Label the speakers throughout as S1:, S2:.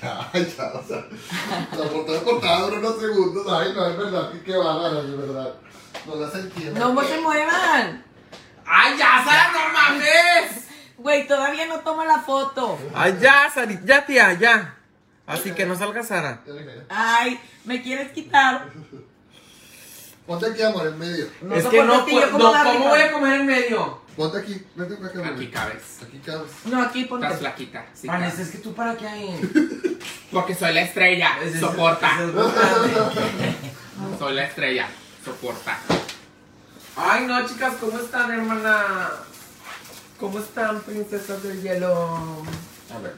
S1: Ya, ya, o sea, la portada portada dura unos segundos, ay, no, es verdad, que qué bárbaro, es verdad. No las entiendo.
S2: No se muevan.
S3: ¡Ay, ya, Sara, no mames!
S2: Güey, todavía no toma la foto.
S3: ¡Ay, ya, Sari, ya, tía, ya! Así que no salga Sara.
S1: Ya le caí.
S2: Ay, me quieres quitar.
S1: Ponte aquí, amor, en medio.
S2: No
S3: es
S2: te
S3: que
S2: acuerdas
S3: no,
S2: que yo
S3: puedo,
S2: como
S3: no,
S2: la
S3: ¿cómo
S2: rifa.
S3: voy a comer en medio?
S1: Ponte aquí, vente para acá, amor.
S4: Aquí cabes.
S1: Aquí cabes.
S2: No, aquí
S4: Estás
S2: ponte.
S4: flaquita. Sí,
S1: Ah,
S3: Vanessa,
S4: cabes.
S3: es que tú para qué hay.
S4: Porque soy la estrella.
S3: Es- es-
S4: Soporta.
S3: es- es verdad.
S4: Soy la estrella. Soporta.
S3: Ay, no, chicas, ¿cómo están, hermana? ¿Cómo están, princesas del hielo? A ver.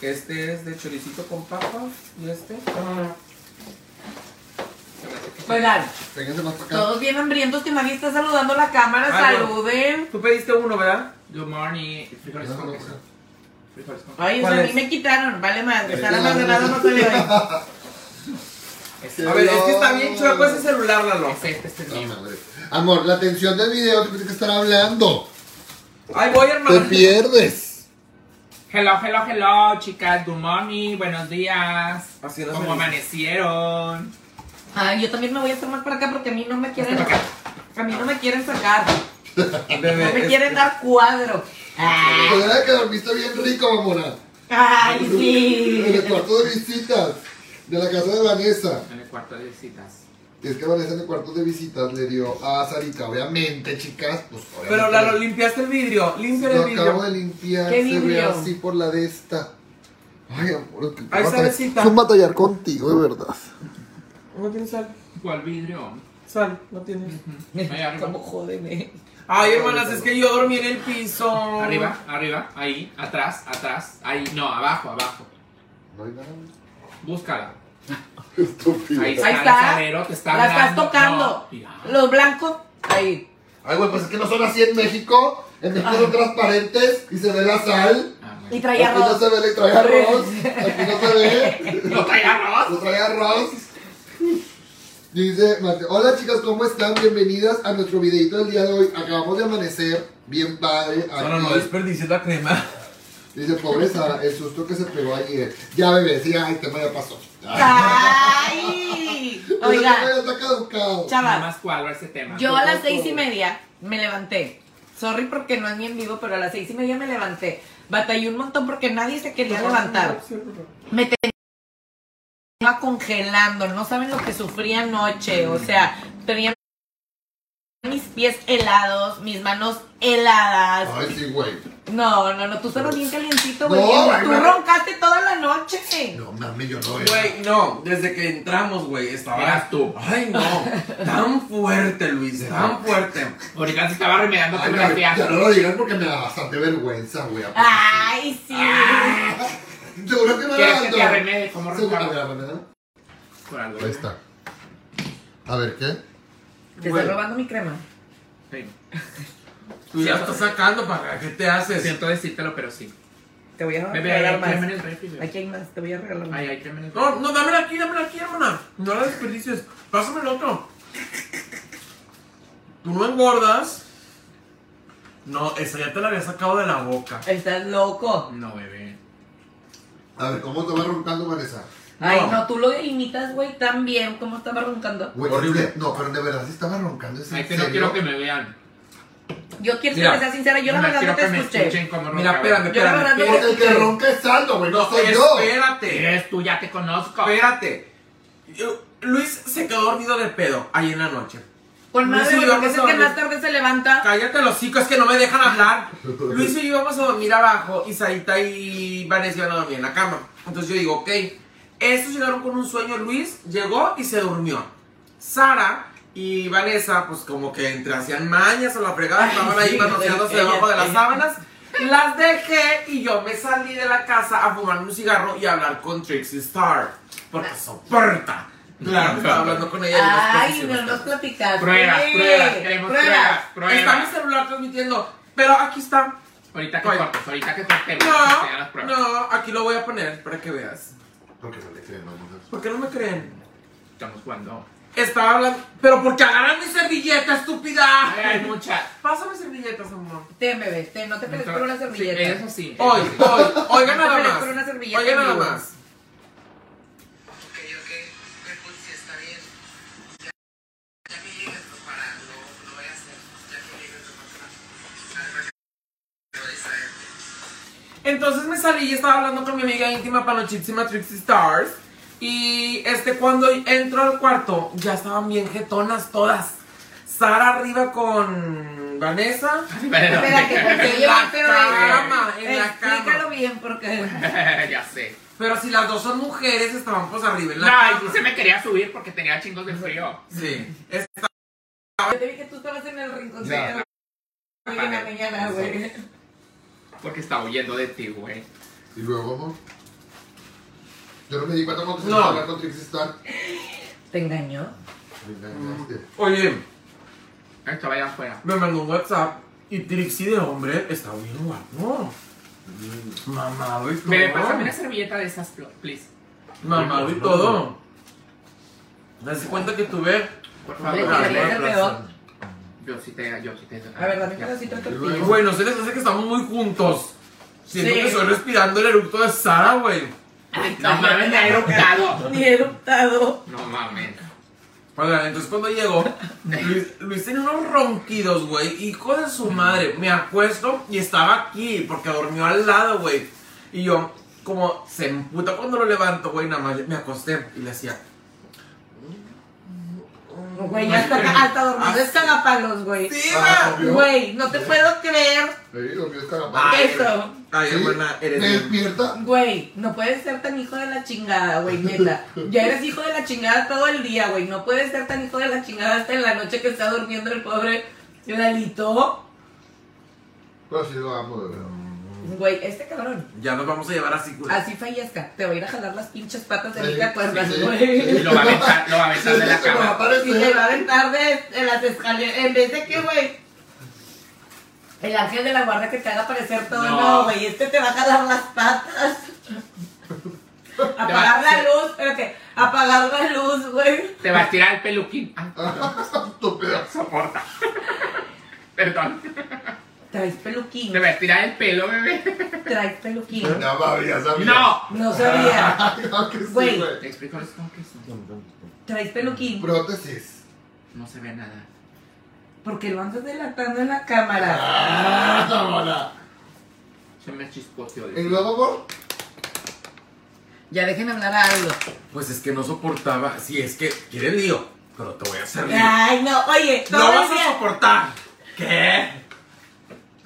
S4: Este es de choricito con papas. ¿Y este? Se me hace que-
S2: Oigan,
S1: Vénganse más para acá.
S2: Pues todos bien hambrientos que nadie está saludando la cámara.
S3: Ay, bueno.
S2: Saluden.
S3: Tú pediste uno, ¿verdad?
S4: Good morning. Frijoles
S1: Vénganse
S4: con
S1: más para
S4: queso.
S1: acá.
S4: Frijoles con
S1: Ah,
S2: Ay, o
S3: ¿Cuál
S2: sea, a mí
S3: es? Eh,
S2: me quitaron. Vale madre.
S1: Sí.
S2: Sara Maldonado no se le ve.
S4: queso.
S1: Sí.
S3: A ver, es que está bien chueco ese celular, Lalo.
S4: Este, este, este es
S1: No,
S4: mío.
S1: madre. Amor, la atención del video te tiene que estar hablando.
S3: Ay, voy,
S1: Te
S3: hermana.
S1: pierdes.
S4: Hello, hello, hello, chicas. Good morning. Buenos días.
S3: Así no
S4: ¿Cómo
S3: se dice.
S4: amanecieron?
S2: Ay, yo también me voy a hacer más para acá porque a mí no me quieren.
S4: Hazte
S2: A
S4: para
S2: mí no me quieren sacar. No
S3: Bebé,
S2: me
S3: Eh, es-
S2: quieren dar cuadro.
S1: Te
S2: Ay,
S1: verdad que dormiste bien rico, mamona.
S2: ay,
S1: En el
S2: sí.
S1: cuarto de visitas de la casa de Vanessa.
S4: En el cuarto de citas.
S1: Es que Vanessa en el cuarto de visitas le dio a Sarita, obviamente, chicas, pues obviamente.
S3: Pero, Lalo, limpiaste el vidrio. Limpia el
S1: Lo acabo
S3: vidrio.
S1: de limpiar,
S2: ¿Qué
S1: se ve
S2: vidrio?
S1: así por la de esta. Ay, amor, que
S3: Ahí está la cita.
S1: Es un batallar contigo, de verdad.
S3: No tiene sal.
S4: ¿Cuál vidrio?
S3: Sal, no tiene.
S4: Ahí arriba.
S2: Como jódeme.
S3: Ay, hermanas, es que yo dormí en el piso.
S4: Arriba, arriba, ahí, atrás, atrás, ahí, no, abajo, abajo.
S1: No hay nada.
S4: Búscala.
S1: Estúpido.
S4: Ahí está,
S2: Ahí
S4: el
S2: está.
S4: salero, te está
S2: La estás
S4: hablando.
S2: tocando.
S4: No, mira.
S2: Los blancos, ahí.
S1: Ay, güey, pues es que no son así en México. En México son transparentes y se ve la sal.
S4: Ah, bueno.
S2: Y
S1: Aquí
S2: traía
S1: no
S2: arroz.
S1: se ve, le trae arroz. Aquí no se ve.
S4: ¿No trae arroz?
S1: Nos trae arroz. Dice Mateo, hola chicas, ¿cómo están? Bienvenidas a nuestro videito del día de hoy. Acabamos de amanecer, bien padre.
S3: Solo no
S1: aquí.
S3: desperdicies la crema.
S1: Dice, pobre Sara, el susto que se pegó ayer. Ya, bebé, sí, ya, el tema ya pasó.
S2: Ay.
S1: El
S2: Oiga,
S1: tema ya está caducado.
S4: Nada
S2: chaval,
S4: más cuadro ese tema.
S2: yo a las seis y media me levanté. Sorry porque no es ni en vivo, pero a las seis y media me levanté. Batallé un montón porque nadie se quería levantar. me tenía congelando, no saben lo que sufrí anoche, o sea, tenía mis pies helados, mis manos heladas.
S1: Ay, sí, güey.
S2: No, no, no, tú estabas bien calientito, güey.
S1: No,
S2: bien-
S1: ay,
S2: tú
S1: no.
S2: roncaste toda la noche.
S1: No mames, yo no eh. era.
S3: Güey, no, desde que entramos, güey, estabas
S4: Eras tú.
S3: Ay, no, tan fuerte, Luis, tan fuerte.
S4: Ahorita se estaba remediando
S1: Ay,
S4: con
S1: no,
S4: la tía.
S1: ya no lo digas porque me da bastante vergüenza, güey. aparte.
S2: Ah. Ay, sí.
S1: Ah. Seguro que no
S4: ¿Quieres
S1: era
S4: que te
S1: alto.
S4: arremede? ¿Cómo
S1: Seguro-
S4: recargo?
S1: a ver, a ver,
S4: Por algo.
S1: Ahí está. A ver, ¿qué?
S2: Te
S3: Güey.
S2: estoy robando mi crema.
S4: Sí.
S3: Tú ya estás sacando, ¿para qué te haces?
S4: Siento decírtelo, pero sí.
S2: Te voy a
S4: Bebé, ahí
S2: regalar
S4: hay crema en
S2: más.
S4: el refri. bebé.
S2: Aquí hay más, te voy a regalar más.
S4: Ahí hay crema en el refri.
S3: No, no, dámela aquí, dámela aquí, hermana. No la desperdicies. Pásame el otro. Tú no engordas. No, esa ya te la había sacado de la boca.
S2: Estás loco.
S4: No, bebé.
S1: A ver, ¿cómo te va roncando, Vanessa?
S2: Ay,
S3: No.
S2: no, tú lo imitas, güey, tan bien. ¿Cómo estaba roncando?
S1: Güey,
S3: Horrible.
S1: No, pero de verdad sí estaba roncando. ¿es en
S4: Ay, que no
S1: serio?
S4: quiero que me vean.
S2: Yo quiero
S3: Mira,
S2: que seas sincera, yo la
S4: no
S2: verdad
S4: quiero
S2: no
S4: que
S2: te
S4: me
S2: escuché.
S4: escuchen como
S3: Mira,
S4: roncaba.
S2: Yo
S3: espérame,
S2: la
S3: espérame.
S2: verdad no
S3: espérate.
S1: Porque el que ronca es Saldo, güey, no soy yo.
S3: Espérate.
S4: Eres tú, ya te conozco.
S3: Espérate. Yo- Luis se quedó dormido de pedo ahí en la noche.
S2: Con
S3: No,
S2: más
S3: sí,
S2: de
S3: vamos
S2: porque es
S3: a
S2: el que
S3: dormir.
S2: más tarde se levanta.
S3: Cállate los chicos, es que no me dejan hablar. Luis y yo íbamos a dormir abajo y Sarita y Vanessa iban a dormir en la cama. Entonces yo digo, ok. Estos llegaron con un sueño. Luis llegó y se durmió. Sara y Vanessa, pues como que entre hacían mañas o la fregada, estaban ahí
S2: sí,
S3: manoseándose
S2: ella-
S3: debajo de las
S2: ella-
S3: sábanas. Las dejé y yo me salí de la casa a fumar un cigarro y a hablar con Trixie Star. Porque soporta. Claro, estaba hablando con ella. y nos
S2: Ay,
S3: conocimos
S2: no nos
S3: tanto.
S2: platicaste.
S4: Pruebas, pruebas, queremos pruebas, pruebas.
S3: Está mi celular transmitiendo, pero aquí está.
S4: Ahorita que
S3: Oye.
S4: cortes, ahorita que cortes. te dan las
S3: No,
S4: pruebas.
S3: no, aquí lo voy a poner para que veas.
S1: Porque no le creen, vamos a ver.
S3: ¿Por qué no me creen?
S4: Estamos jugando.
S3: estaba hablando. Pero porque agarran mi servilleta, estúpida.
S4: Ay, Hay muchas.
S3: Pásame servilletas, amor.
S2: Ten, bebé, ten, no te pelees por una servilleta.
S4: Sí, eso sí.
S3: Hoy, hoy, oiga
S2: No te
S3: nada
S2: pelees por una
S3: más.
S2: servilleta,
S3: Oiga nada
S2: amigo.
S3: más.
S5: Ok, ok, pero pues sí está bien. Ya, ya que llegues, pues para, lo, lo voy a hacer. Ya que llegues, lo voy a hacer. Además, te voy a distraer.
S3: Entonces me salí y estaba hablando con mi amiga íntima panochísima Trixie Stars. Y este, cuando entro al cuarto, ya estaban bien jetonas todas. Sara arriba con Vanessa.
S2: Espérate, porque yo
S3: la
S2: pero es-
S3: cama, en la cama.
S2: Explícalo bien, porque.
S4: ya sé.
S3: Pero si las dos son mujeres, estaban pues arriba en la
S4: Ay,
S3: cama.
S4: se me quería subir porque tenía chingos de frío.
S3: Sí. Esta-
S2: Yo te vi que tú estabas en el rinconcito.
S1: Ya.
S2: güey, en la mañana, güey.
S4: Porque estaba huyendo de ti, güey.
S1: Y luego, amor. Yo no me di cuenta cuando se
S3: No.
S1: estaba hablando con Trixie Star.
S2: ¿Te engañó?
S1: Me
S3: Mm.
S1: engañaste.
S3: Oye,
S4: Estaba allá afuera.
S3: me mandó un WhatsApp y Trixie de hombre está bien guapo. Mamado y todo.
S4: Me pásame una servilleta de esas, pl- please.
S3: Mamado y todo. Me das cuenta que tuve.
S4: Por
S2: Ve,
S4: favor.
S3: Ah,
S2: que le
S3: bueno,
S2: hagas
S3: pero-
S2: peor.
S4: Yo sí te, yo sí te.
S2: A ver, dame un
S4: Ya.
S2: pedacito de
S1: Y
S2: tortilla.
S1: luego-
S3: Güey, no se les hace que estamos muy juntos. Siento
S2: Sí.
S3: que estoy respirando el eructo de Sara, güey.
S4: Ay, No mames, me ha eructado.
S2: Ni eruptado.
S4: No mames.
S3: Oigan, entonces cuando llegó, Luis, Luis tenía unos ronquidos, güey. Hijo de su madre. Me acuesto y estaba aquí porque dormió al lado, güey. Y yo, como se emputa cuando lo levanto, güey, nada más me acosté y le hacía.
S2: Güey, ya hasta, hasta dormido es cagapalos, güey.
S3: ¡Sí,
S1: Ah,
S3: güey!
S1: obvio.
S2: Güey, no te puedo creer
S1: Sí, lo mío es carapaz.
S3: Ay,
S2: eso.
S3: Ay,
S1: Sí,
S3: hermana, eres. bien.
S1: Despierta.
S2: Güey, no puedes ser tan hijo de la chingada, güey, neta. Ya eres hijo de la chingada todo el día, güey. No puedes ser tan hijo de la chingada hasta en la noche que está durmiendo el pobre Lalito.
S1: Pero sí lo amo, de verdad.
S2: Güey, este cabrón.
S3: Ya nos vamos a llevar así, güey.
S2: Así fallezca. Te va a ir a jalar las pinches patas de
S1: Sí,
S2: mí, ¿te acuerdas,
S1: sí, sí.
S4: Y
S2: güey?
S4: lo va a aventar, lo va a aventar de la
S1: Se me va a
S2: Y te va
S4: cama.
S2: a
S1: aparecer.
S2: aventar de, de las escaleras. En vez de que, güey. El ángel de la guarda que te haga aparecer todo,
S4: No.
S2: no, güey. este te va a jalar las patas. Apagar la luz, espérate. Apagar la luz, güey.
S4: Te va a tirar el peluquín. Ah, Ay,
S1: Tu pedazo.
S4: soporta. Perdón.
S2: Traes peluquín.
S4: Te va a tirar el pelo, bebé.
S2: Traes peluquín.
S3: ¿Eh?
S1: Ya sabía, sabía.
S4: No.
S2: No sabía.
S1: Claro que sí,
S2: Güey.
S4: Te explico los cómo que son.
S2: Traes peluquín.
S1: Prótesis.
S4: No se ve nada.
S2: Porque lo andas delatando en la cámara.
S1: Ah, cámara.
S4: Se me chispoteó.
S1: ¿En globo, amor?
S2: Ya dejen hablar a algo.
S3: Pues es que no soportaba. Si es que quieres lío, pero te voy a hacer lío.
S2: Ay, no, oye,
S3: No
S2: todo el
S3: vas a
S2: día-
S3: soportar. ¿Qué?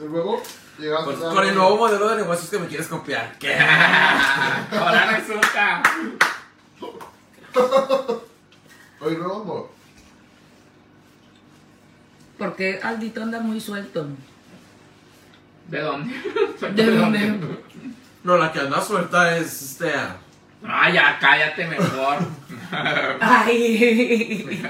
S1: ¿El huevo? Llegaste
S3: Pues,
S1: a-
S3: con el nuevo modelo de negocios que me quieres copiar. ¿Qué?
S4: Ah, Ahora resulta.
S1: Oye, nuevo, amor.
S2: Porque Aldito anda muy suelto.
S4: ¿De dónde?
S2: ¿De dónde?
S3: No, la que anda suelta es este.
S4: Ay, Ah, ya, cállate mejor.
S2: Ay.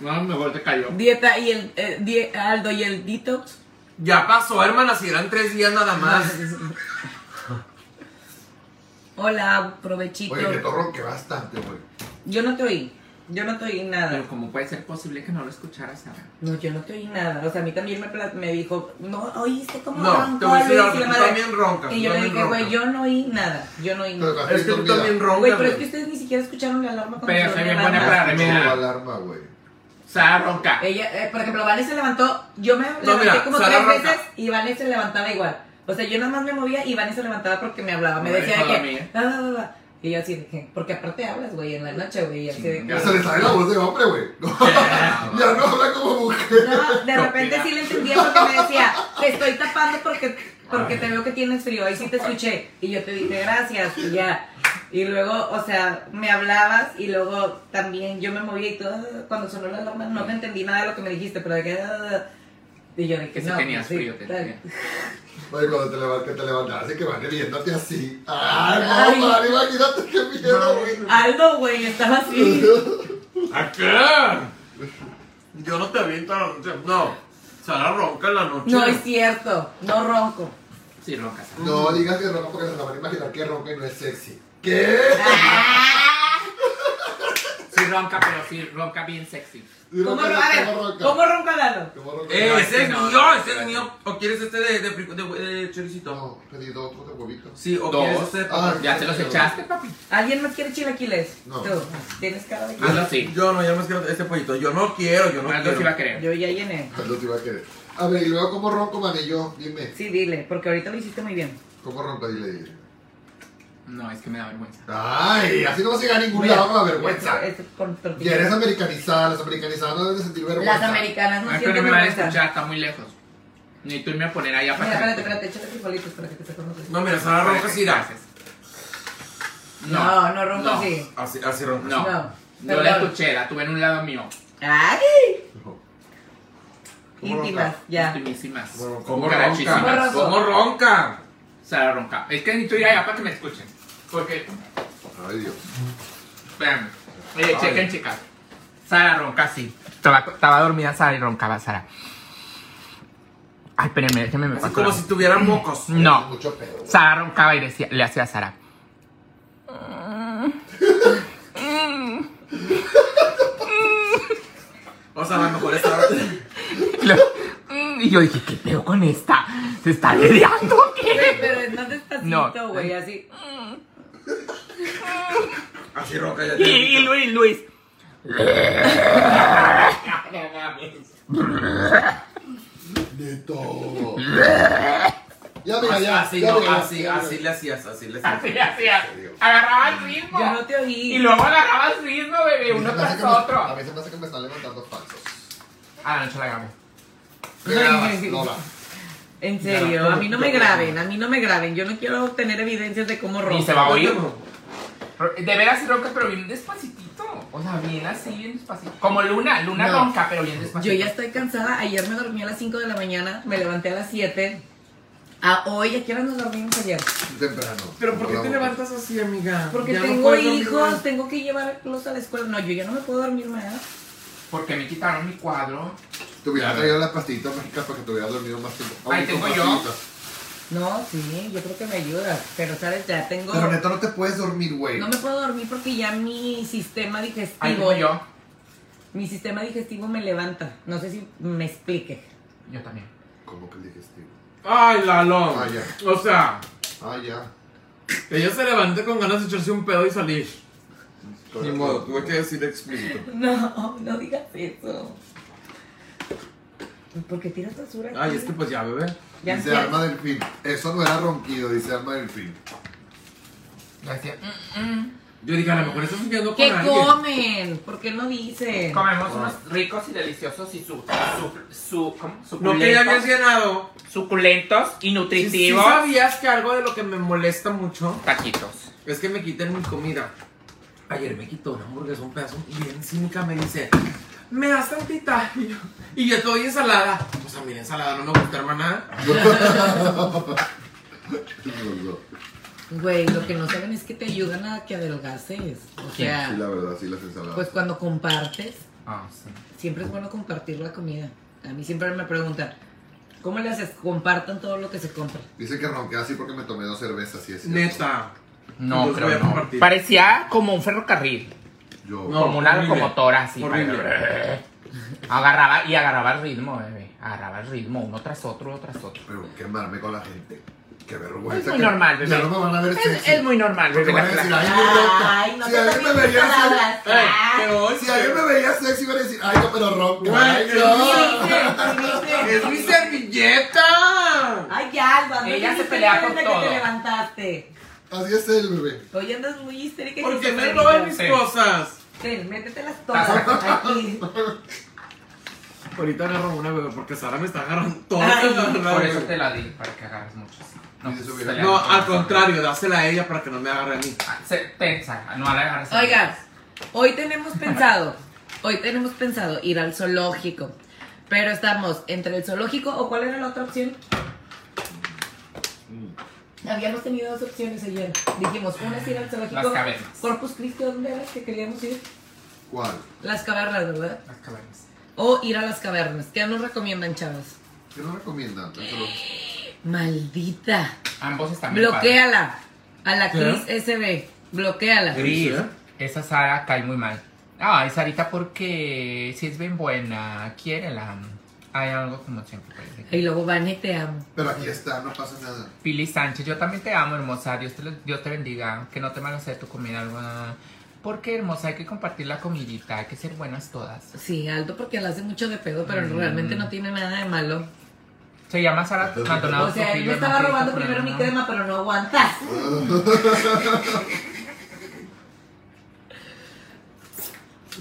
S4: No, mejor te cayó.
S2: Dieta y el eh, die- Aldo y el detox.
S3: Ya pasó, hermana, si eran tres días nada más.
S2: Hola, provechito.
S1: Oye, que torrón que bastante, güey.
S2: Yo no te oí. Yo no te oí nada.
S4: Pero ¿cómo puede ser posible que no lo escucharas ahora?
S2: No, yo no te oí nada. O sea, a mí también me, pla- me dijo, no, oíste cómo
S3: No,
S2: roncó
S3: te voy a decir
S2: Luis
S3: algo,
S2: y la
S3: tú
S2: madre".
S3: también roncas.
S2: Y
S3: tú
S2: yo le
S3: también
S2: dije, güey,
S3: roncas.
S2: yo no oí nada. Yo no oí
S1: Pero
S2: nada.
S1: la
S3: Es
S1: gente
S3: que tú
S1: olvida.
S3: también roncas.
S2: Güey, pero es que
S3: güey.
S2: ustedes ni siquiera escucharon la alarma cuando
S4: Pero
S2: sonó
S4: soy
S2: la
S4: bien buena
S2: alarma.
S4: para remerar.
S1: No, alarma, güey.
S4: Sara ronca.
S2: Ella, eh, por ejemplo, Vane se levantó, yo me levanté
S3: mira,
S2: como
S3: Sara
S2: tres
S3: Roca.
S2: veces y Vane se levantaba igual. O sea, yo nada más me movía y Vane se levantaba porque me hablaba, me
S4: Ay,
S2: decía de
S4: mala
S2: que...
S4: mía.
S2: "Ah, ah, ah, ah". Y yo así de que, porque aparte hablas, güey, en la noche, güey, y así de que...
S1: Ya se le sale la voz de hombre, güey.
S3: Ah,
S1: ya no habla como mujer.
S2: No, de repente sí le entendía porque me decía, te estoy tapando porque, porque te veo que tienes frío, ahí sí te escuché. Y yo te dije, gracias, y ya. Y luego, o sea, me hablabas y luego también yo me movía y todo, cuando sonó la alarma no me entendí nada de lo que me dijiste, pero de que... ah, Y yo dije,
S4: Que si
S2: no, pues
S4: tenías
S2: sí,
S4: frío, te
S2: tal".
S4: entendía.
S1: Oye, cuando te levantas, que te levantas, así que van viéndote así. Ay, no, man, imagínate qué miedo, güey.
S2: Aldo, güey, estaba así.
S3: ¿A qué? Yo no te aviento a la noche. No, Sara ronca en la noche. Eh,
S2: No es cierto, no ronco.
S4: Sí, ronca. Sara.
S1: No digas que ronca porque se la van a imaginar que ronca y no es sexy. ¿Qué?
S4: ronca, pero sí ronca bien sexy.
S2: ¿Cómo, ro- a ver, ¿cómo ronca Lalo?
S1: ¿Cómo ronca?
S3: Eh,
S4: No,
S3: ese
S4: este
S3: es
S4: no,
S3: mío, ese
S4: no,
S3: es
S4: espérate.
S3: mío. ¿O quieres este de, de, fri- de, de choricito?
S1: No, pedí dos otros de huevito.
S3: Sí, o
S4: Dos.
S3: quieres este de
S1: Ah,
S3: papá.
S4: Ya te los echaste, papi.
S2: ¿Alguien más quiere chilaquiles?
S1: No.
S2: Tú, tienes cara de
S4: Ah, no, sí.
S3: Yo no, yo más quiero este pollito. Yo no quiero, yo no
S4: Algo sí va a
S3: quiero.
S4: querer.
S2: Yo ya llené.
S1: No te iba a querer. A ver, y luego, ¿cómo ronco, manillo? Dime.
S2: Sí, dile, porque ahorita lo hiciste muy bien.
S1: ¿Cómo ronco? Dile, dile.
S4: No, es que me da vergüenza.
S1: Ay, así no vas a llegar a ningún
S2: Mira,
S1: lado con la vergüenza.
S2: esto- esto con
S1: Y
S2: tortilla.
S1: eres americanizada, las americanizadas no deben de sentir vergüenza.
S2: Las americanas no
S4: No, es que no
S2: sienten
S4: me van a
S2: vergüenza.
S4: escuchar, está muy lejos. Ni tú me vas a poner allá
S2: Mira,
S4: para
S2: espérate, espérate, échale frijolitos para que te sepan los
S3: No, mira, Sara ronca así, irá.
S4: No,
S2: No, no ronca
S4: no.
S2: así.
S3: Así, así ronca.
S4: No.
S2: No,
S4: Yo
S2: perdón.
S4: la escuché, la tuve en un lado mímío.
S2: ¡Ay!
S1: No. ¿Cómo
S2: Íntimas,
S1: ronca?
S2: ya.
S4: Intimísimas.
S1: Bueno,
S3: ¿Cómo ronca?
S4: Cucarachísimas.
S3: ¿Cómo ronca?
S4: Sara ronca. Es que necesito ir allá para que me escuchen. Porque,
S1: Ay, Dios.
S4: vean.
S3: Ay.
S4: Oye, chequen, chicas. Sara ronca, sí. Estaba, estaba dormida Sara y roncaba Sara. Ay, espérenme, déjenme me
S3: Así
S4: paso
S3: como
S4: la-
S3: si tuvieran mocos.
S4: No.
S1: Mucho pedo.
S4: Sara roncaba y decía- le hacía a Sara.
S3: O sea, a lo mejor esta
S4: Y luego, "Mm", Y yo dije, ¿qué pedo con esta? ¿Se está lidiando o
S2: Güey,
S4: qué?
S2: Pero no despacito,
S4: No.
S2: güey, así.
S3: Así ronca ya.
S4: Y,
S3: te-
S4: y Luis, Luis.
S1: Neto. ya, mira, ya.
S3: Así,
S1: ya,
S3: no,
S1: mira,
S3: así,
S1: ya,
S3: así
S1: mira.
S3: le hacías, así le hacías.
S4: Así, así, así. Agarraba el ritmo.
S2: Yo no te oí.
S4: Y luego agarraba el ritmo, bebé,
S1: A mí se
S4: uno
S1: me hace
S4: tras
S1: que me- A
S4: otro.
S1: mí se me hace que me están levantando falsos.
S4: A la noche la grabé.
S1: Me grabas, Lola.
S2: En serio,
S3: Ya,
S2: a mí no
S3: yo-
S2: me
S3: yo-
S2: graben, a mí no me graben. Yo no quiero obtener evidencias de cómo
S4: Ni se
S2: ronca.
S4: va a oír. Ro- De veras sí ronca, pero bien despacitito. O sea, bien así, bien despacito. Como Luna, Luna
S2: No.
S4: ronca, pero bien
S2: Yo
S4: despacito.
S2: ya estoy cansada. Ayer me dormí a las 5 de la mañana, me levanté a las 7. A hoy, ¿a qué hora nos dormimos ayer?
S1: Temprano.
S3: Pero ¿por qué
S1: Lola,
S3: te
S1: Lola.
S3: levantas así, amiga?
S2: Porque
S3: Ya no
S2: tengo
S3: puedes dormir
S2: hijos,
S3: más.
S2: tengo que llevarlos a la escuela. No, yo ya no me puedo dormir más.
S4: Porque me quitaron mi cuadro.
S1: Te hubiera traído las pastillitas mágicas para que te hubieras dormido más tiempo.
S4: Ay,
S1: Aún
S4: tengo
S1: con
S4: yo.
S1: pastillitas.
S2: No, sí, yo creo que me ayuda. Pero, ¿sabes? Ya tengo...
S1: Pero neto, no te puedes dormir, güey.
S2: No me puedo dormir porque ya mi sistema
S4: Ahí
S2: digestivo...
S4: tengo yo.
S2: Mi sistema digestivo me levanta. No sé si me explique.
S4: Yo también.
S1: ¿Cómo que el digestivo?
S3: Ay, Lalo.
S1: Ah, ya.
S3: O sea,
S1: Ah, ya.
S3: ella se levante con ganas de echarse un pedo y salir.
S1: Ni
S3: decir explícito.
S2: No, no digas eso. ¿Por qué tiras basura? aquí?
S3: Ay, es que pues ya, bebé.
S2: Ya
S1: Dice
S2: sé.
S1: Alma Delfín. Eso no era ronquido, dice Alma Delfín.
S4: Yo decía, "Mm,
S3: Yo dije, a lo mejor estás viviendo con
S2: ¿Qué
S3: alguien.
S2: comen? ¿Por qué no dicen?
S4: comemos unos ricos y deliciosos y su, su, su, ¿cómo?
S3: No, que ya habías
S4: suculentos,
S3: llenado.
S4: suculentos y
S3: Si si
S4: nutritivos
S3: sabías que algo de lo que me molesta mucho
S4: taquitos.
S3: es que me quiten mi comida. Ayer me quitó una hamburguesa, un pedazo, y bien cínica me dice, me das tantita. Y yo, y yo te doy ensalada. Pues a mí la ensalada no me gusta, hermana.
S1: Sí,
S2: Güey, lo que no saben es que te ayudan a que adelgaces. O
S4: Sí,
S2: sea,
S1: la verdad, sí, las ensaladas.
S2: pues cuando compartes,
S4: Ah, sí.
S2: siempre es bueno compartir la comida. A mí siempre me preguntan, ¿cómo le haces? Compartan todo lo que se compra.
S1: Dice que ronqué así porque me tomé dos cervezas, sí es cierto.
S3: Neta.
S4: No,
S3: Los voy a
S4: pero no.
S3: compartir.
S4: Parecía como un ferrocarril,
S1: Yo.
S3: No.
S4: como una
S3: horrible.
S4: locomotora así.
S3: Horrible.
S4: Agarraba y agarraba el ritmo, bebé. Agarraba el ritmo, uno tras otro, uno tras otro.
S1: Pero quemarme con la gente. Qué vergüenza.
S4: Es muy
S1: que-
S4: normal, bebé.
S1: Ya no me van a ver
S4: Es,
S1: sexy.
S4: es muy normal,
S1: Porque
S4: bebé.
S1: van a
S4: la-
S1: decir,
S4: la-
S1: ay, mi loca. Si alguien me veía sexy.
S2: palabras. Ah,
S3: hoy
S1: Si alguien me veía sexy, iban a decir, ay, no, pero ronca.
S3: Güey,
S1: Ay,
S3: es
S1: no.
S2: sí dicen, sí
S3: ¡Es mi
S2: dicen.
S3: servilleta!
S2: Ay, ya, Alba, no
S4: Ella
S2: dijiste
S4: se pelea
S2: nada
S4: con
S2: desde que
S4: todo.
S2: te levantaste.
S1: Así es él, bebé.
S2: Hoy andas muy histérica. y
S3: ¿Por qué me
S2: esquizofrénica.
S3: roban mis
S4: Sí.
S3: cosas?
S2: Ten, métetelas todas aquí.
S3: Ahorita agarro una, bebé, porque Sara me está agarrando todo.
S2: Ay,
S4: Por eso te la di, para que agarres muchas. No,
S1: Y eso hubiera-
S4: se le
S3: No,
S4: agarra
S3: al
S4: todo.
S3: contrario, dásela a ella para que no me agarre a mí.
S4: Ah, Se tensa, no la agarres. a
S2: Oigan, hoy tenemos pensado, hoy tenemos pensado ir al zoológico. Pero estamos entre el zoológico o cuál era la otra opción.
S1: Mm.
S2: Habíamos tenido dos opciones ayer. Dijimos, una es ir al zoológico.
S4: Las cavernas.
S2: Corpus Christi, ¿dónde era que queríamos ir?
S1: ¿Cuál?
S2: Las cavernas, ¿verdad?
S4: las cavernas.
S2: O ir a las cavernas. ¿Qué nos recomiendan, chavos?
S1: ¿Qué nos recomiendan? Eso lo-
S2: Eh, Maldita.
S4: Ambos están bien
S2: Bloquéala. A la
S3: ¿Qué?
S2: Cris SB. Bloquéala.
S4: padres. Gris.
S3: ¿Eh?
S4: Esa Sara cae muy mal. Ay, Sarita, porque si es bien buena, quiérela. Hay algo como siempre. parece que-
S2: Y luego van y te amo.
S1: Pero aquí está, no pasa nada.
S4: Pili Sánchez, yo también te amo, hermosa. Dios te, los- Dios te bendiga. Que no te malgastes tu comida. alguna. Porque, hermosa, hay que compartir la comidita. Hay que ser buenas todas.
S2: Sí, Aldo porque la hace mucho de pedo, pero
S4: Mm.
S2: realmente no tiene nada de malo.
S4: Se llama Sara Maldonado.
S2: o sea, él
S4: Trujillo,
S2: me estaba
S4: no sé,
S2: robando
S4: pero
S2: primero
S4: no.
S2: mi crema, pero no aguantas.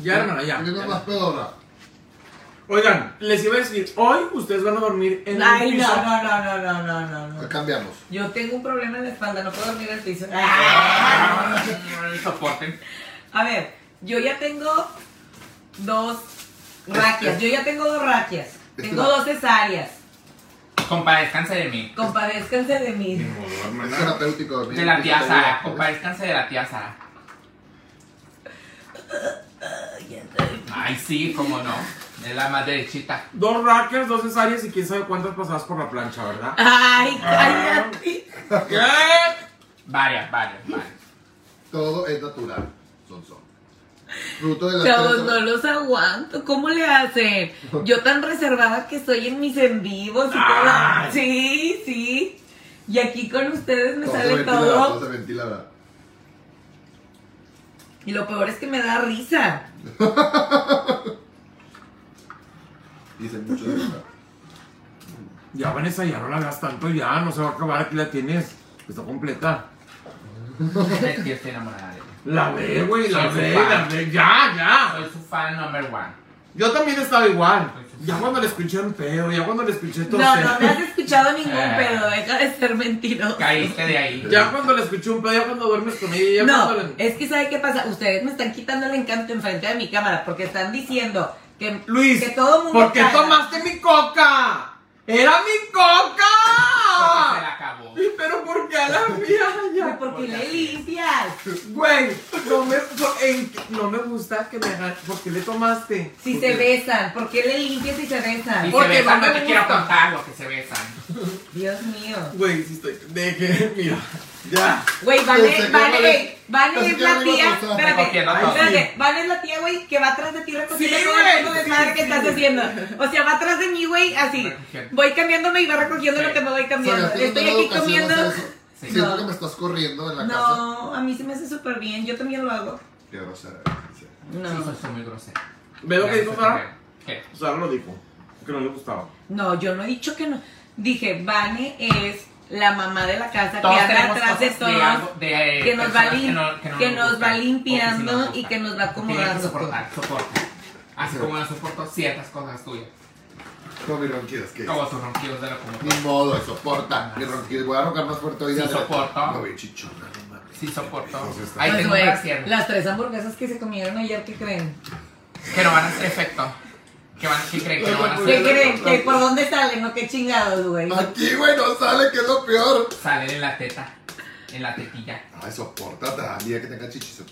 S3: Ya, hermano, ya.
S1: ¿Quién es más pedora?
S3: Oigan, les iba a decir, hoy ustedes van a dormir en
S2: Ay,
S3: un piso.
S2: no, no, no, no, no, no, no, no.
S1: Cambiamos.
S2: Yo tengo un problema en la espalda, no puedo dormir en el piso.
S3: Ah.
S4: Ay, Soporten.
S2: A ver, yo ya tengo dos raquias. Yo ya tengo dos raquias. Tengo dos cesáreas.
S4: Compadezcanse de mí.
S2: Compadézcanse de
S3: Ni
S2: mí.
S3: modo,
S1: Es
S3: hermana.
S1: terapéutico.
S4: De la tía
S1: compadre.
S4: Sara. Compadezcanse de la tía Sara. Ay, sí, cómo no. Es la más derechita.
S3: Dos rackers, dos cesáreas y quién sabe cuántas pasadas por la plancha, ¿verdad?
S2: Ay, cállate.
S3: ¿Qué?
S4: Varias, varias, varias.
S1: Todo es natural. Son son. Fruto de la
S2: Chavos, no los aguanto. ¿Cómo le hacen? Yo tan reservada que estoy en mis en vivos. y todo. Sí, sí. Y aquí con ustedes me
S1: Todo se
S2: sale
S1: ventila,
S2: todo.
S1: se ventila. ¿verdad?
S2: Y lo peor es que me da risa.
S1: Dicen mucho de verdad.
S3: Ya, Vanessa, ya no la hagas tanto, ya, no se va a acabar, aquí la tienes. Está completa.
S4: Es que yo estoy enamorada de ella.
S3: La ve, güey, la
S4: Soy su
S3: ve,
S4: fan.
S3: la ve, ya, ya.
S4: Soy su fan number one.
S3: Yo también estaba igual. Ya cuando le escuché un pedo, ya cuando le escuché todo.
S2: No, no me has escuchado ningún
S4: Eh.
S2: pedo. Deja de ser mentiroso.
S4: Caíste de ahí.
S3: Ya cuando le escuché un pedo, ya cuando duermes con ella, ya
S2: No, Eh,
S3: cuando le...
S2: es que ¿sabe qué pasa? Ustedes me están quitando el encanto enfrente de mi cámara porque están diciendo que,
S3: Luis,
S2: que todo mundo
S3: ¿por qué
S2: caga.
S3: tomaste mi coca? ¡Era mi
S4: Porque se la
S3: coca!
S4: acabó.
S3: Y pero ¿por qué a la mía?
S2: Güey,
S3: Ya.
S2: Porque le limpias.
S3: Güey, no me, no, en- no me gusta que me hagan. ¿Por qué le tomaste?
S2: Si
S3: ¿Por
S2: se
S3: qué?
S2: besan, ¿por qué le limpias si se
S4: Y
S2: besan?
S4: se
S3: Porque
S4: besan,
S3: no
S4: no
S3: me
S4: te quiero
S3: gusta.
S4: contar lo que se besan.
S2: Dios mío.
S3: Güey, si estoy. Deje, mira. Ya.
S2: Güey,
S1: Pensé
S2: Vane,
S1: que
S2: Vane,
S1: Vane-
S2: Vane
S1: pensé
S2: es
S1: que
S2: la
S1: Vane iba a
S2: tía.
S1: pasar.
S2: Espérate,
S4: Recogiendo
S3: todo.
S2: espérate. Vane es la tía, güey, que va atrás de ti recogiendo
S3: Sí,
S2: todo el
S3: güey,
S2: de madre
S3: sí,
S2: que
S3: sí.
S2: estás haciendo. O sea, va atrás de mí, güey, así.
S4: Recogiendo.
S2: Voy cambiándome y va recogiendo lo que me voy cambiando.
S1: Sabes, tengo
S2: Estoy
S1: una
S2: aquí
S1: educación,
S2: comiendo.
S1: o sea, eso-
S4: Sí.
S1: Siento
S2: No.
S1: que me estás corriendo en la casa.
S2: No, a mí se me hace súper bien. Yo también lo hago.
S1: Qué grosera. sí.
S4: Sí,
S2: No.
S4: soy- soy muy grosero.
S3: ¿Ve lo
S4: Ya,
S3: que dijo
S4: se
S3: Sara?
S4: te ve. ¿Qué?
S3: Sara lo dijo. Que no le gustaba.
S2: No, yo no he dicho que no. Dije, Vane es la mamá de la casa
S4: Todos
S2: que anda
S4: tenemos
S2: atrás de
S4: cosas de
S2: todos.
S4: algo- de, eh,
S2: que nos va
S4: personas
S2: lim-
S4: no- no
S2: que
S4: nos
S2: nos
S4: gustan,
S2: va limpiando
S4: o que sí
S2: y que nos va
S4: gustan. Tienen que
S2: acomodando
S4: soportar, soporta. Así como no soporto ciertas cosas tuyas.
S1: Con mis ronquidos, ¿qué?
S4: Como sus ronquidos de la
S1: Ni
S4: comunidad.
S1: modo, soporta. Mi ronquidos. Voy a roncar más fuerte hoy.
S4: Sí,
S1: dale.
S4: soporto.
S1: No, bien chichona, no mames.
S4: Sí, soporto.
S1: Entonces está-
S4: Ahí
S2: Pues,
S4: tengo
S2: güey,
S4: una pierna.
S2: las tres hamburguesas que se comieron ayer, ¿qué creen?
S4: Que no van a hacer efecto. Que van, ¿qué creen? Que no van a hacer
S2: ¿Qué
S1: Pues,
S2: creen?
S1: no,
S2: ¿Que
S1: no.
S2: por dónde salen o qué chingados, güey?
S1: Aquí, güey, no sale, que es lo peor.
S4: Salen en la teta. En la tetilla.
S1: Ay, soporta también que tenga chichis, ¿ok?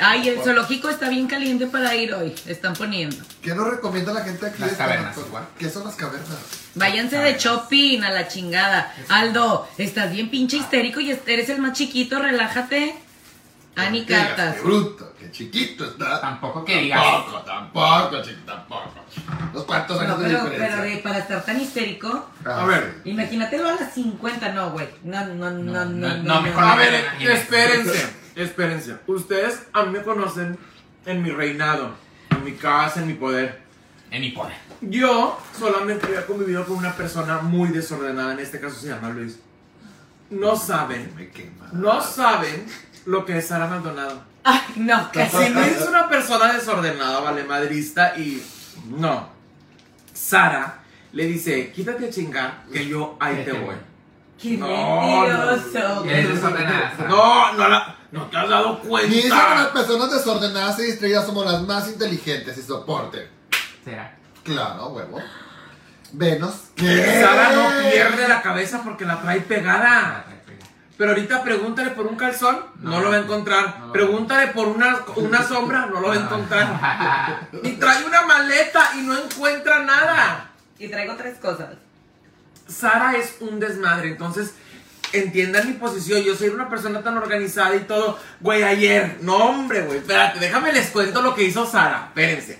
S2: Ay, el zoológico está bien caliente para ir hoy, están poniendo.
S1: ¿Qué nos recomienda la gente aquí?
S4: Las
S1: de
S4: cavernas,
S1: Tabasco?
S4: igual.
S1: ¿Qué son las cavernas?
S2: Váyanse de shopping a la chingada. Aldo, estás bien pinche histérico y eres el más chiquito, relájate. Ani
S1: Digas,
S2: Ah, Cartas.
S1: Qué bruto, qué chiquito está.
S4: Tampoco que digas.
S1: Tampoco, tampoco, chico, tampoco. Los cuantos
S2: No,
S1: años de
S2: pero,
S1: diferencia.
S2: pero de- para estar tan histérico,
S1: Ah,
S3: A ver.
S1: sí.
S2: imagínatelo a las 50, no, güey. No, no, no, no, no.
S4: No, no,
S2: no,
S4: no, mejor
S3: A
S4: no.
S3: ver, espérense. Espérense. Ustedes a mí me conocen en mi reinado, en mi casa, en mi poder.
S4: En mi poder.
S3: Yo solamente había convivido con una persona muy desordenada, en este caso se llama Luis. No saben,
S1: Me quema.
S3: no saben lo que es Sara Maldonado.
S2: Ay, no,
S3: Si
S2: casi no.
S3: Luis es una persona desordenada, vale, madrista y no. Sara le dice, quítate a chingar, que yo ahí te voy.
S2: Qué
S3: No,
S2: mentiroso. güey.
S4: Eres desordenada. Sara.
S3: No, no, la- no te has dado
S1: Dicen que las
S3: cuenta.
S1: personas desordenadas y distraídas somos las más inteligentes y soporten.
S4: Será.
S1: Claro, huevo. Venos.
S3: Sara
S1: Eh.
S3: no pierde la cabeza porque la trae pegada. Pero ahorita pregúntale por un calzón, no,
S4: No,
S3: lo va a encontrar.
S4: no lo-
S3: pregúntale por una, una sombra, no lo va a encontrar. Y trae una maleta y no encuentra nada.
S2: Y traigo tres cosas.
S3: Sara es un desmadre, entonces entiendan mi posición. Yo soy una persona tan organizada y todo. Güey, ayer. No, hombre, güey. Espérate, déjame les cuento lo que hizo Sara. Espérense.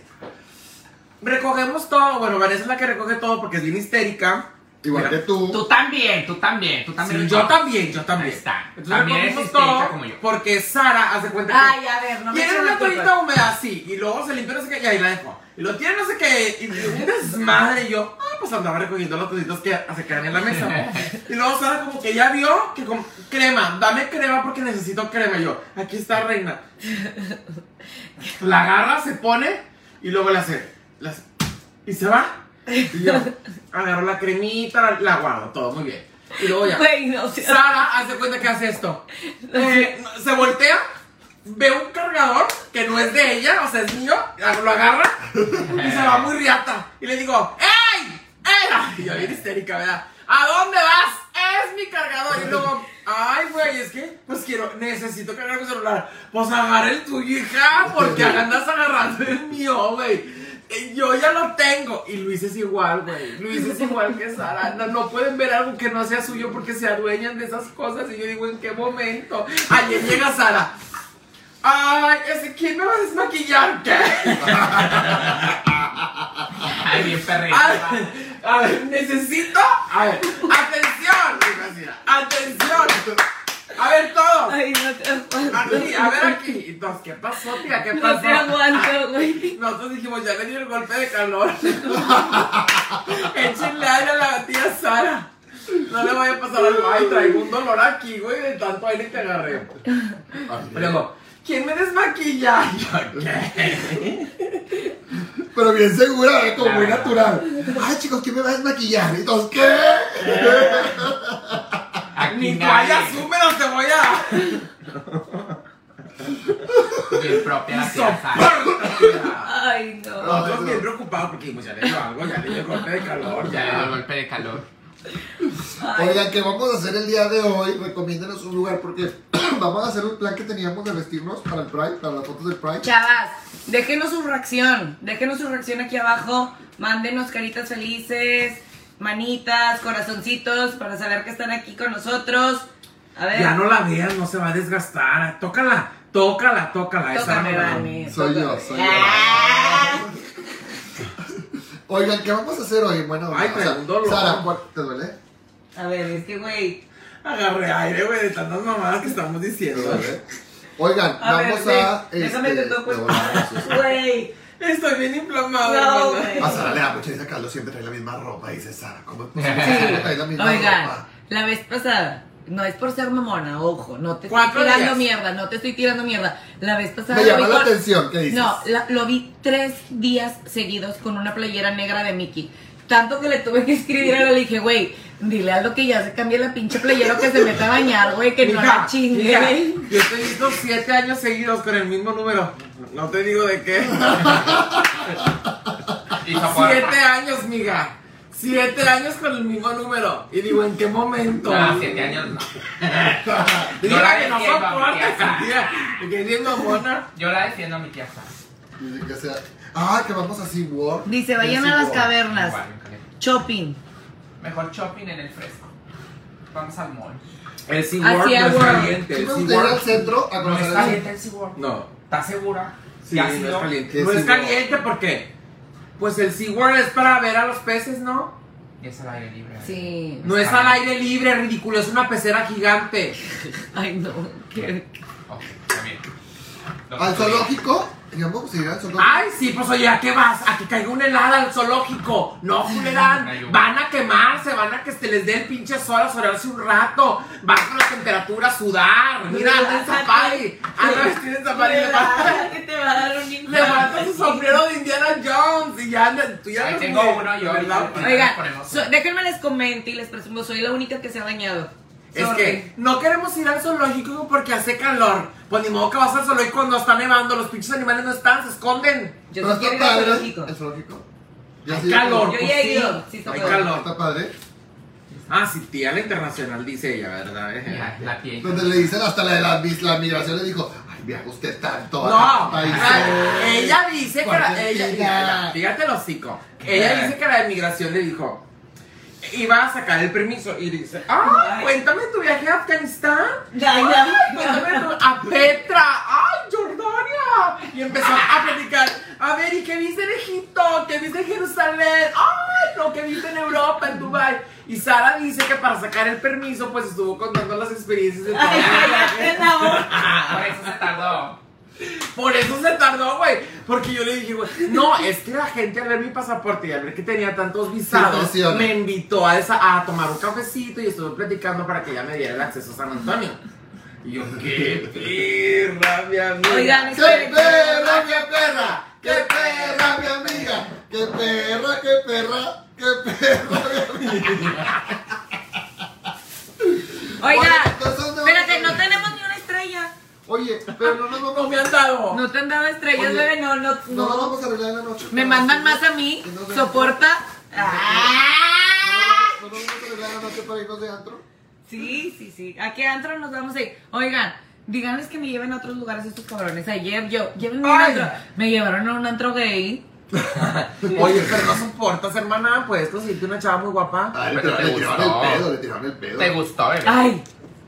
S3: Recogemos todo. Bueno, Vanessa es la que recoge todo porque es bien histérica.
S1: Igual
S4: Mira,
S1: que tú.
S4: Tú también, tú también, tú también.
S3: Sí,
S4: lo
S3: yo
S4: hiciste.
S3: también, yo también.
S4: Ahí está.
S3: Entonces
S4: También eres
S3: recogimos
S4: histérica
S3: todo
S4: como yo.
S3: porque Sara hace cuenta que...
S2: Ay, a ver, no me
S3: Tienen
S2: echen
S3: una
S2: la
S3: toallita
S2: culpa.
S3: húmeda así, y luego se limpia no sé qué, y ahí la dejo. Y lo tiene no sé qué, y un desmadre, y yo, ah, pues andaba recogiendo los cositas que se quedan en la mesa. Y luego Sara como que ya vio que como, crema, dame crema porque necesito crema. Y yo, aquí está reina. La agarra, se pone, y luego la hace, la hace, y se va. Y yo, agarro la cremita, la, la guardo, todo muy bien. Y luego ya.
S2: Güey, no seas-
S3: Sara hace cuenta que hace esto. Eh, se voltea, ve un cargador que no es de ella, o sea, es mío, lo agarra y se va muy riata. Y le digo, ¡Ey! ¡Ey! Y yo bien histérica, ¿verdad? ¿A dónde vas? Es mi cargador. Y luego, ay, güey, es que, pues quiero, necesito cargar mi celular. Pues agarra el tuyo, hija, porque andas agarrando el mío, güey. Eh, Yo ya lo tengo. Y Luis es igual, güey. Luis es igual que Sara. No, no pueden ver algo que no sea suyo porque se adueñan de esas cosas. Y yo digo, ¿en qué momento? Ayer llega Sara. Ay, ese, ¿quién me va a desmaquillar? ¿Qué?
S4: Ay, bien perrito.
S3: A ver, a ver, Ah, necesito. A ver, atención. dijo así, Atención. A ver, todo.
S2: Ay, no te aguanto.
S3: Aquí, a ver aquí. Y todos, ¿qué pasó, tía? ¿Qué
S2: No te
S3: pasó?
S2: aguanto, güey.
S3: Nosotros dijimos, ya le dio el golpe de calor. Échenle aire a la tía Sara. No le vaya a pasar algo. Ay, traigo un dolor aquí, güey, de tanto aire que agarré. Luego, ¿quién me desmaquilla? Y yo, ¿qué?
S1: Pero bien segura, ¿eh? como muy
S4: Claro.
S1: natural. Ay, chicos, ¿quién me va a desmaquillar? Y todos, ¿qué?
S4: Aquí
S3: Ni
S4: nadie.
S3: toallas húmedas te voy a.
S4: Bien propia la tía Sara.
S3: Sopar.
S2: Ay, no.
S1: eso.
S3: Nosotros bien preocupados porque pues, ya le dio algo, ya le dio golpe de calor,
S4: Ya le dio el
S3: ya.
S4: golpe de calor.
S2: Ay.
S1: Oigan, ¿qué vamos a hacer el día de hoy? Recomiéndenos un lugar porque vamos a hacer un plan que teníamos de vestirnos para el Pride, para las fotos del Pride.
S2: Chavas, déjenos su reacción. Déjenos su reacción aquí abajo. Mándenos caritas felices, manitas, corazoncitos para saber que están aquí con nosotros. A ver,
S3: Ya no la veas, no se va a desgastar. Tócala, tócala, tócala. Esa
S2: tócame,
S3: no la-
S2: Vane,
S1: Soy
S2: tócame.
S1: yo, soy yo.
S2: Ah.
S1: Oigan, ¿qué vamos a hacer hoy? Bueno,
S3: Ay,
S1: o
S3: traigo
S1: sea,
S3: un dolor.
S1: Sara, ¿cuál- ¿te duele?
S2: A ver, es que, güey.
S3: Agarré aire, güey, de tantas mamadas que estamos
S1: ¿Te
S3: diciendo.
S1: duele? Oigan,
S2: A ver,
S1: vamos
S2: ve,
S1: a.
S2: déjame
S1: este,
S2: te toco el-
S1: de volada, Jesús.
S2: Güey.
S3: Estoy bien inflamada,
S2: No,
S3: hermana.
S2: güey.
S1: A Sara le da mucha risa que Aldo siempre trae la misma ropa, dice Sara. ¿Cómo es posible que siempre trae la
S2: Sí.
S1: misma
S2: Oigan,
S1: ropa?
S2: la vez pasada, no es por ser mamona, ojo, no te estoy
S3: Cuatro
S2: tirando
S3: días.
S2: mierda, no te estoy tirando mierda. La vez pasada.
S1: Me
S2: lo
S1: llama
S2: vi
S1: la
S2: con-
S1: atención, ¿qué dices?
S2: No, la- lo vi tres días seguidos con una playera negra de Mickey. Tanto que le tuve que escribir a él, le dije, güey, dile algo que ya se cambie la pinche playera o que se meta a bañar, güey, que no
S3: Mija,
S2: la chingue,
S3: mija,
S2: güey.
S3: Yo estoy visto siete años seguidos con el mismo número. No te digo de qué.
S4: Y soporta.
S3: Siete años, miga. Siete años con el mismo número. Y digo, ¿en qué momento?
S4: No, Ah, siete años no.
S3: Diga
S4: No la
S3: que no
S4: defiendo,
S3: soporta
S4: tía.
S3: esa tía. Que siendo mona.
S4: Yo la defiendo a mi tía Sara.
S1: Dice que sea. Ah, que vamos a SeaWorld.
S2: Dice, vayan
S1: En
S2: a las
S1: SeaWorld.
S2: cavernas.
S4: Igual, me calento.
S2: Shopping.
S4: Mejor shopping en el fresco. Vamos al mall.
S3: El
S2: SeaWorld Así no es es, güey. caliente,
S1: Sí, me gustaría ir al centro
S3: Ah,
S1: a
S4: No es
S1: conocer el-
S4: caliente el SeaWorld.
S3: No.
S4: ¿Estás segura?
S3: Sí,
S4: ¿Ya
S3: no
S4: has
S3: es
S4: ido?
S3: caliente.
S1: ¿Qué
S3: No es
S1: SeaWorld?
S3: caliente porque. Pues el SeaWorld es para ver a los peces, ¿no?
S4: Y es al aire libre.
S2: Sí.
S3: No es al aire libre, ridículo. Es una pecera gigante.
S2: Ay, no. qué-
S4: Ok, está bien. Lo
S1: Al
S4: que tú digas.
S1: zoológico. Y vamos a ir al zoológico.
S3: Ay, sí, pues oye, ¿a qué vas? A que caiga una helada al zoológico. No,
S4: Ay, yo-
S3: culerán. Van a quemarse, van a que se les dé el pinche sol a solearse un rato. Baja la temperatura a sudar. Mira, anda en safari. Ah, Anda vestida en safari. Le falta,
S2: Relájate, te va a dar un
S3: le falta su sombrero de Indiana Jones. Y ya anda. Tú ya
S4: Ahí
S3: andas
S4: tengo
S3: muy-
S4: uno yo,
S3: ¿verdad?
S4: yo-
S2: Oigan,
S4: Ponemos-
S2: so- déjenme les comento y les presumo, soy la única que se ha bañado.
S3: Es
S2: Sorry.
S3: que no queremos ir al zoológico porque hace calor. Pues ni modo que vas al zoológico cuando está nevando. Los pinches animales no están, se esconden.
S2: Yo
S1: Pero
S2: sí
S1: está
S2: quiero ir al
S1: padre.
S2: zoológico.
S1: El zoológico. Ya
S3: Hay
S1: sí,
S3: calor.
S2: Yo ya he
S3: Sí,
S2: ido. Sí, está
S1: Hay
S2: padre.
S1: calor.
S3: calor.
S1: Está padre.
S3: Ah, sí, tía, la internacional dice ella, ¿verdad?
S4: Ya, La piel.
S1: Donde le dicen hasta la de la, mis- la migración le dijo, ay, viaja usted tanto. a tantos
S3: No,
S1: países".
S3: ay, ella dice que la,
S1: Cuarentena.
S3: ella, mira, fíjate el hocico. Ella dice que la de migración le dijo, iba a sacar el permiso y dice, ah, cuéntame tu viaje a Afganistán.
S2: Ya,
S3: Ay,
S2: ya.
S3: cuéntame tu- a Petra, ay, Jordania. Y empezó a platicar, a ver, ¿y qué viste en Egipto? ¿Qué viste en Jerusalén? Ay, no, ¿qué viste en Europa, en Dubai? Y Sara dice que para sacar el permiso, pues estuvo contando las experiencias de todo
S2: Ay,
S3: el
S2: cállate
S3: viaje.
S2: la boca.
S3: Ah.
S4: Ah, Por eso se tardó.
S3: Por eso se tardó, güey. Porque yo le dije, güey, no, es que la gente al ver mi pasaporte y al ver que tenía tantos visados,
S1: presiona.
S3: me invitó a, esa- a tomar un cafecito y estuve platicando para que ella me diera el acceso a San Antonio. Y yo, qué perra, mi amiga.
S2: Oigan,
S1: ¡Qué perra, qué perra! ¡Qué perra, mi amiga! ¡Qué perra, qué perra! ¡Qué perra, mi amiga!
S2: Oiga,
S1: entonces, ¿dónde vamos
S2: espérate,
S1: a ir?
S2: no tenemos ni una estrella.
S1: Oye, pero no nos vamos,
S3: no me han dado.
S2: No te han dado estrellas,
S1: Oye,
S2: bebé, no, no,
S1: no nos
S2: no.
S1: vamos a arreglar en la noche.
S2: Me mandan más a mí,
S1: No nos vamos-
S2: soporta. Ah.
S1: No nos vamos a arreglar en la noche para irnos de antro.
S2: Sí, sí, sí. ¿A qué antro nos vamos a ir? Oigan, díganles que me lleven a otros lugares estos cabrones. Ayer yo, llévenme a un
S3: Ay.
S2: antro. Me llevaron a un antro gay.
S3: Oye, pero no soportas, hermana. Puedes conseguirte una chava muy guapa.
S1: Ay,
S4: Pero
S1: pero
S4: te
S1: le tiraron el
S4: gustó.
S1: pedo, le tiraron el pedo.
S4: ¿Te gustó, bebé?
S2: Ay,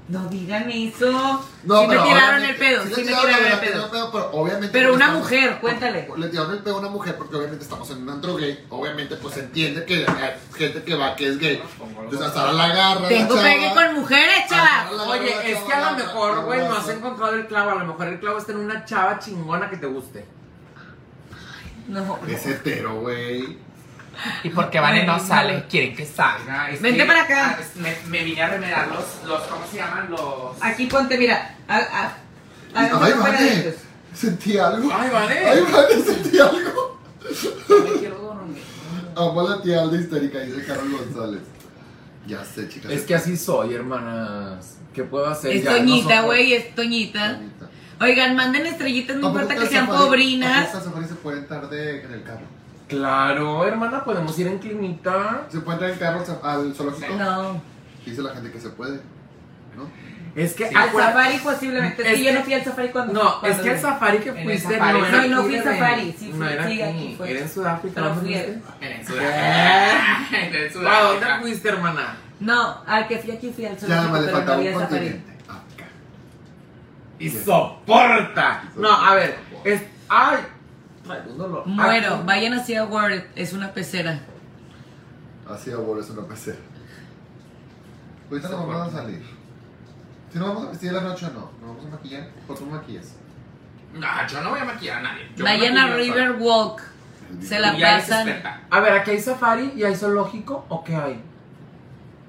S2: no digan eso.
S1: No,
S2: sí me
S1: pero
S2: tiraron
S1: obviamente-
S2: el pedo, sí, me
S1: la
S2: tiraron el
S1: verdad,
S2: pedo.
S1: tiraron pero obviamente.
S2: Pero
S1: porque
S2: una
S1: estamos-
S2: mujer, cuéntale.
S1: Le tiraron el pedo a una mujer porque obviamente estamos en un antro gay. Obviamente, pues se entiende que hay gente que va que es gay. Entonces, hasta ahora la agarra.
S2: Tengo
S1: la chava,
S2: pegue con mujeres,
S1: agarra
S2: chaval.
S1: la chava,
S3: Oye, es que a lo
S1: agarra,
S3: mejor, güey, no has
S1: abraza.
S3: encontrado el clavo. A lo mejor el clavo está en una chava chingona que te guste.
S2: No.
S1: Es hetero, güey.
S4: ¿Y por qué Vane no
S2: Ay,
S4: sale?
S2: vale.
S4: Quieren que salga. Es
S2: Vente
S4: que-
S2: para acá.
S4: Ah, es- Me, me vine a remedar los, los. ¿Cómo se llaman? Los.
S2: Aquí ponte, mira. A, a, a
S1: Ay,
S2: ver, no fuera de
S1: vale.
S2: estos.
S1: Sentí algo.
S3: Ay,
S1: Ay,
S3: vale.
S1: vale, sentí algo.
S4: Me quiero dormir.
S1: Amo a la tía Alda histérica, dice Carol González. Ya sé, chicas.
S3: Es que así soy, hermanas. ¿Qué puedo hacer?
S2: Es
S3: Ya, no
S2: Toñita,
S3: soporto.
S2: güey, es Toñita. Oigan, manden estrellitas, no importa que sean
S1: Las
S2: pobrinas.
S1: safari se pueden estar de, en el carro.
S3: Claro, hermana, podemos ir en clinita.
S1: Se pueden traer el carro al sa- al zoológico.
S2: No.
S1: Dice la gente que se puede. ¿No?
S3: Es que.
S2: Al
S3: acuérdate-
S2: safari posiblemente.
S3: Es
S2: sí, yo
S3: que-
S2: no fui al safari cuando.
S3: No,
S2: cuando
S3: es que el
S2: me-
S3: safari que
S4: En el
S3: fuiste
S4: safari.
S3: no era
S2: No, no
S3: aquí,
S2: fui al
S3: bebé.
S2: safari, sí,
S3: no
S2: fui-
S3: era
S2: sí,
S3: aquí,
S2: aquí fue.
S3: era en Sudáfrica.
S2: No
S3: ¿dónde
S2: fui.
S3: fuiste?
S4: En Sudáfrica.
S3: ¿A
S4: En
S3: dónde
S4: Sudáfrica.
S3: fuiste, hermana?
S2: No, al que fui aquí fui al
S1: Ya nada
S2: zoológico,
S1: más le
S2: pero no
S1: faltaba
S2: había
S1: un
S2: safari.
S1: continente. Ah, Acá.
S3: Y soporta. No, a ver, es. ¡Ay! Traigo un dolor.
S2: Muero,
S3: Aquí.
S2: vayan hacia Word, es una pecera.
S1: Así abuelo es una pecera. Ahorita nos vamos a salir. Si no vamos a vestir la noche o no, nos vamos a maquillar. ¿Por qué no maquillas?
S4: No, yo no voy a maquillar a nadie. Yo me
S2: Vayan a
S4: maquillo
S2: River Walk. Se
S4: sola.
S2: la
S4: Y ya es
S2: pasan.
S4: experta.
S3: A ver, aquí hay safari y hay zoológico o qué hay?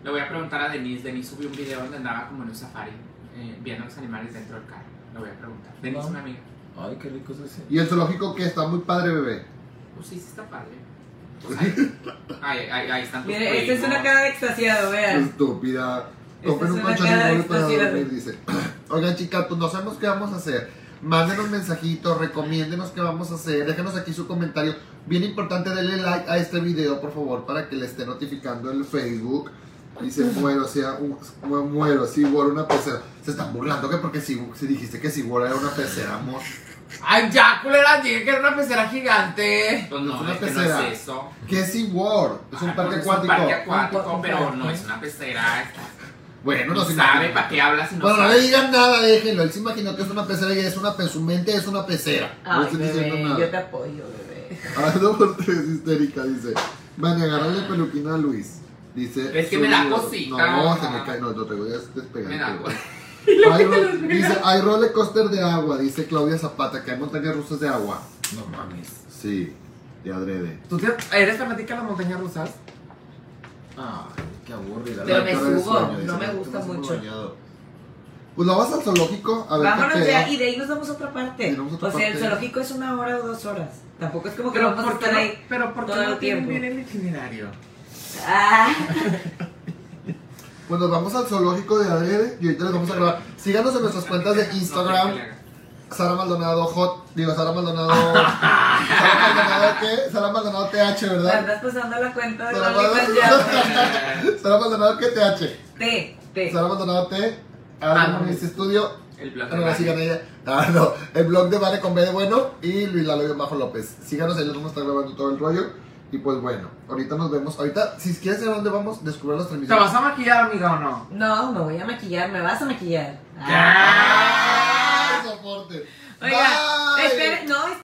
S4: Le voy a preguntar a Denise. Denise subió un video donde andaba como en un safari, eh, viendo los animales dentro del carro. Le voy a preguntar. Denise es
S3: Ah.
S4: una amiga.
S3: Ay, qué rico es ese.
S1: Y el zoológico que está muy padre, bebé.
S4: Pues sí, sí está padre. Pues ahí, ahí, ahí- ahí están tus
S2: Mire, esta es una
S4: primos.
S2: cara de extasiado, vean.
S1: Estúpida. Compren
S2: Esta es
S1: un
S2: una
S1: colchón
S2: cara de
S1: inmueble para
S2: extasiada.
S1: dormir, dice. Oigan, chicas, pues no sabemos qué vamos a hacer. Mándenos mensajitos, recomiéndenos qué vamos a hacer. Déjenos aquí su comentario. Bien importante, denle like a este video, por favor, para que le esté notificando el Facebook. Dice, muero, o sea, un- mu- muero, si War una pecera. Se están burlando que porque si, si dijiste que si War era una pecera, amor.
S3: Ay, ya, culera, dije que era una pecera gigante.
S4: Pues
S1: Es
S4: no,
S1: una
S4: es que no
S1: pecera.
S4: es eso.
S1: ¿Qué es Sea War? Es un
S4: Ah,
S1: parque
S4: pues
S1: acuático.
S4: Es un parque acuático,
S2: Un-
S4: pero
S2: un-
S4: no es una pecera. está-
S1: Bueno,
S4: No
S1: no se
S4: sabe
S1: imagina.
S4: para qué hablas si no
S1: Bueno, no le
S4: sabe.
S1: digan nada, déjenlo. Él se imaginó que es una pecera y es una pe- su mente es una pecera. no
S2: Ay,
S1: estoy
S2: bebé,
S1: diciendo nada.
S2: yo te apoyo, bebé.
S1: Ah, no, por tres histérica, dice. Van a agarrarle peluquina a Luis. Dice.
S4: Es que
S1: su
S4: me da
S1: libro.
S4: cosita.
S1: No, se me cae. No, no te voy a despegar.
S4: Me da
S1: te
S4: cosita.
S1: voy. Hay ro- dice, hay roller coaster de agua, dice Claudia Zapata, que hay montañas rusas de agua.
S3: No mames.
S1: Sí, de adrede.
S3: ¿Tú te- eres fanática de las montañas rusas? Ay, qué aburrida.
S2: Pero
S1: La
S2: me
S1: cara de
S2: subo,
S1: sueño,
S2: no
S1: dice,
S2: me
S1: "Te
S2: gusta
S1: vas muy
S2: mucho".
S1: bañado. Pues la vas al zoológico a ver qué
S2: Vámonos
S1: pedo.
S2: ya, y de ahí nos vamos a otra parte.
S1: Y nos vamos a
S2: o
S1: otra
S2: sea, el
S1: parte.
S2: zoológico es una hora o dos horas. Tampoco es como pues que
S3: Pero
S2: vamos a
S3: ¿por qué
S2: estar
S3: no-
S2: ahí.
S3: pero ¿por qué
S2: todo
S3: no
S2: el
S3: tienen
S2: tiempo?
S3: bien el itinerario?
S2: Ah,
S1: Pues nos vamos al zoológico de adrede y ahorita les vamos a grabar. Síganos en nuestras cuentas de Instagram. Sara Maldonado Hot, digo Sara Maldonado. Sara Maldonado qué? Sara Maldonado TH,
S2: te
S1: ¿verdad?
S2: andas pasando la cuenta de
S1: Pero
S2: la
S1: vamos- Sara Maldonado qué TH.
S2: T, T.
S1: Sara Maldonado T.
S2: Ah,
S1: Ahora en este estudio.
S4: El
S1: Ah,
S4: plato
S1: No, la sigan ella. Ah, no. El blog de Vale con B de Bueno y Luis Lalo y Majo López. Síganos, ellos vamos a estar grabando todo el rollo. Y pues bueno, ahorita nos vemos. Ahorita, si quieres saber dónde vamos, descubrir las
S3: ¿Te
S1: transmisiones.
S3: vas a maquillar, amiga, o no?
S2: No, me voy a maquillar, me vas a maquillar.
S3: Ya.
S1: ¡Ah! soporte!
S2: Oiga,
S1: Bye.
S2: espere, no,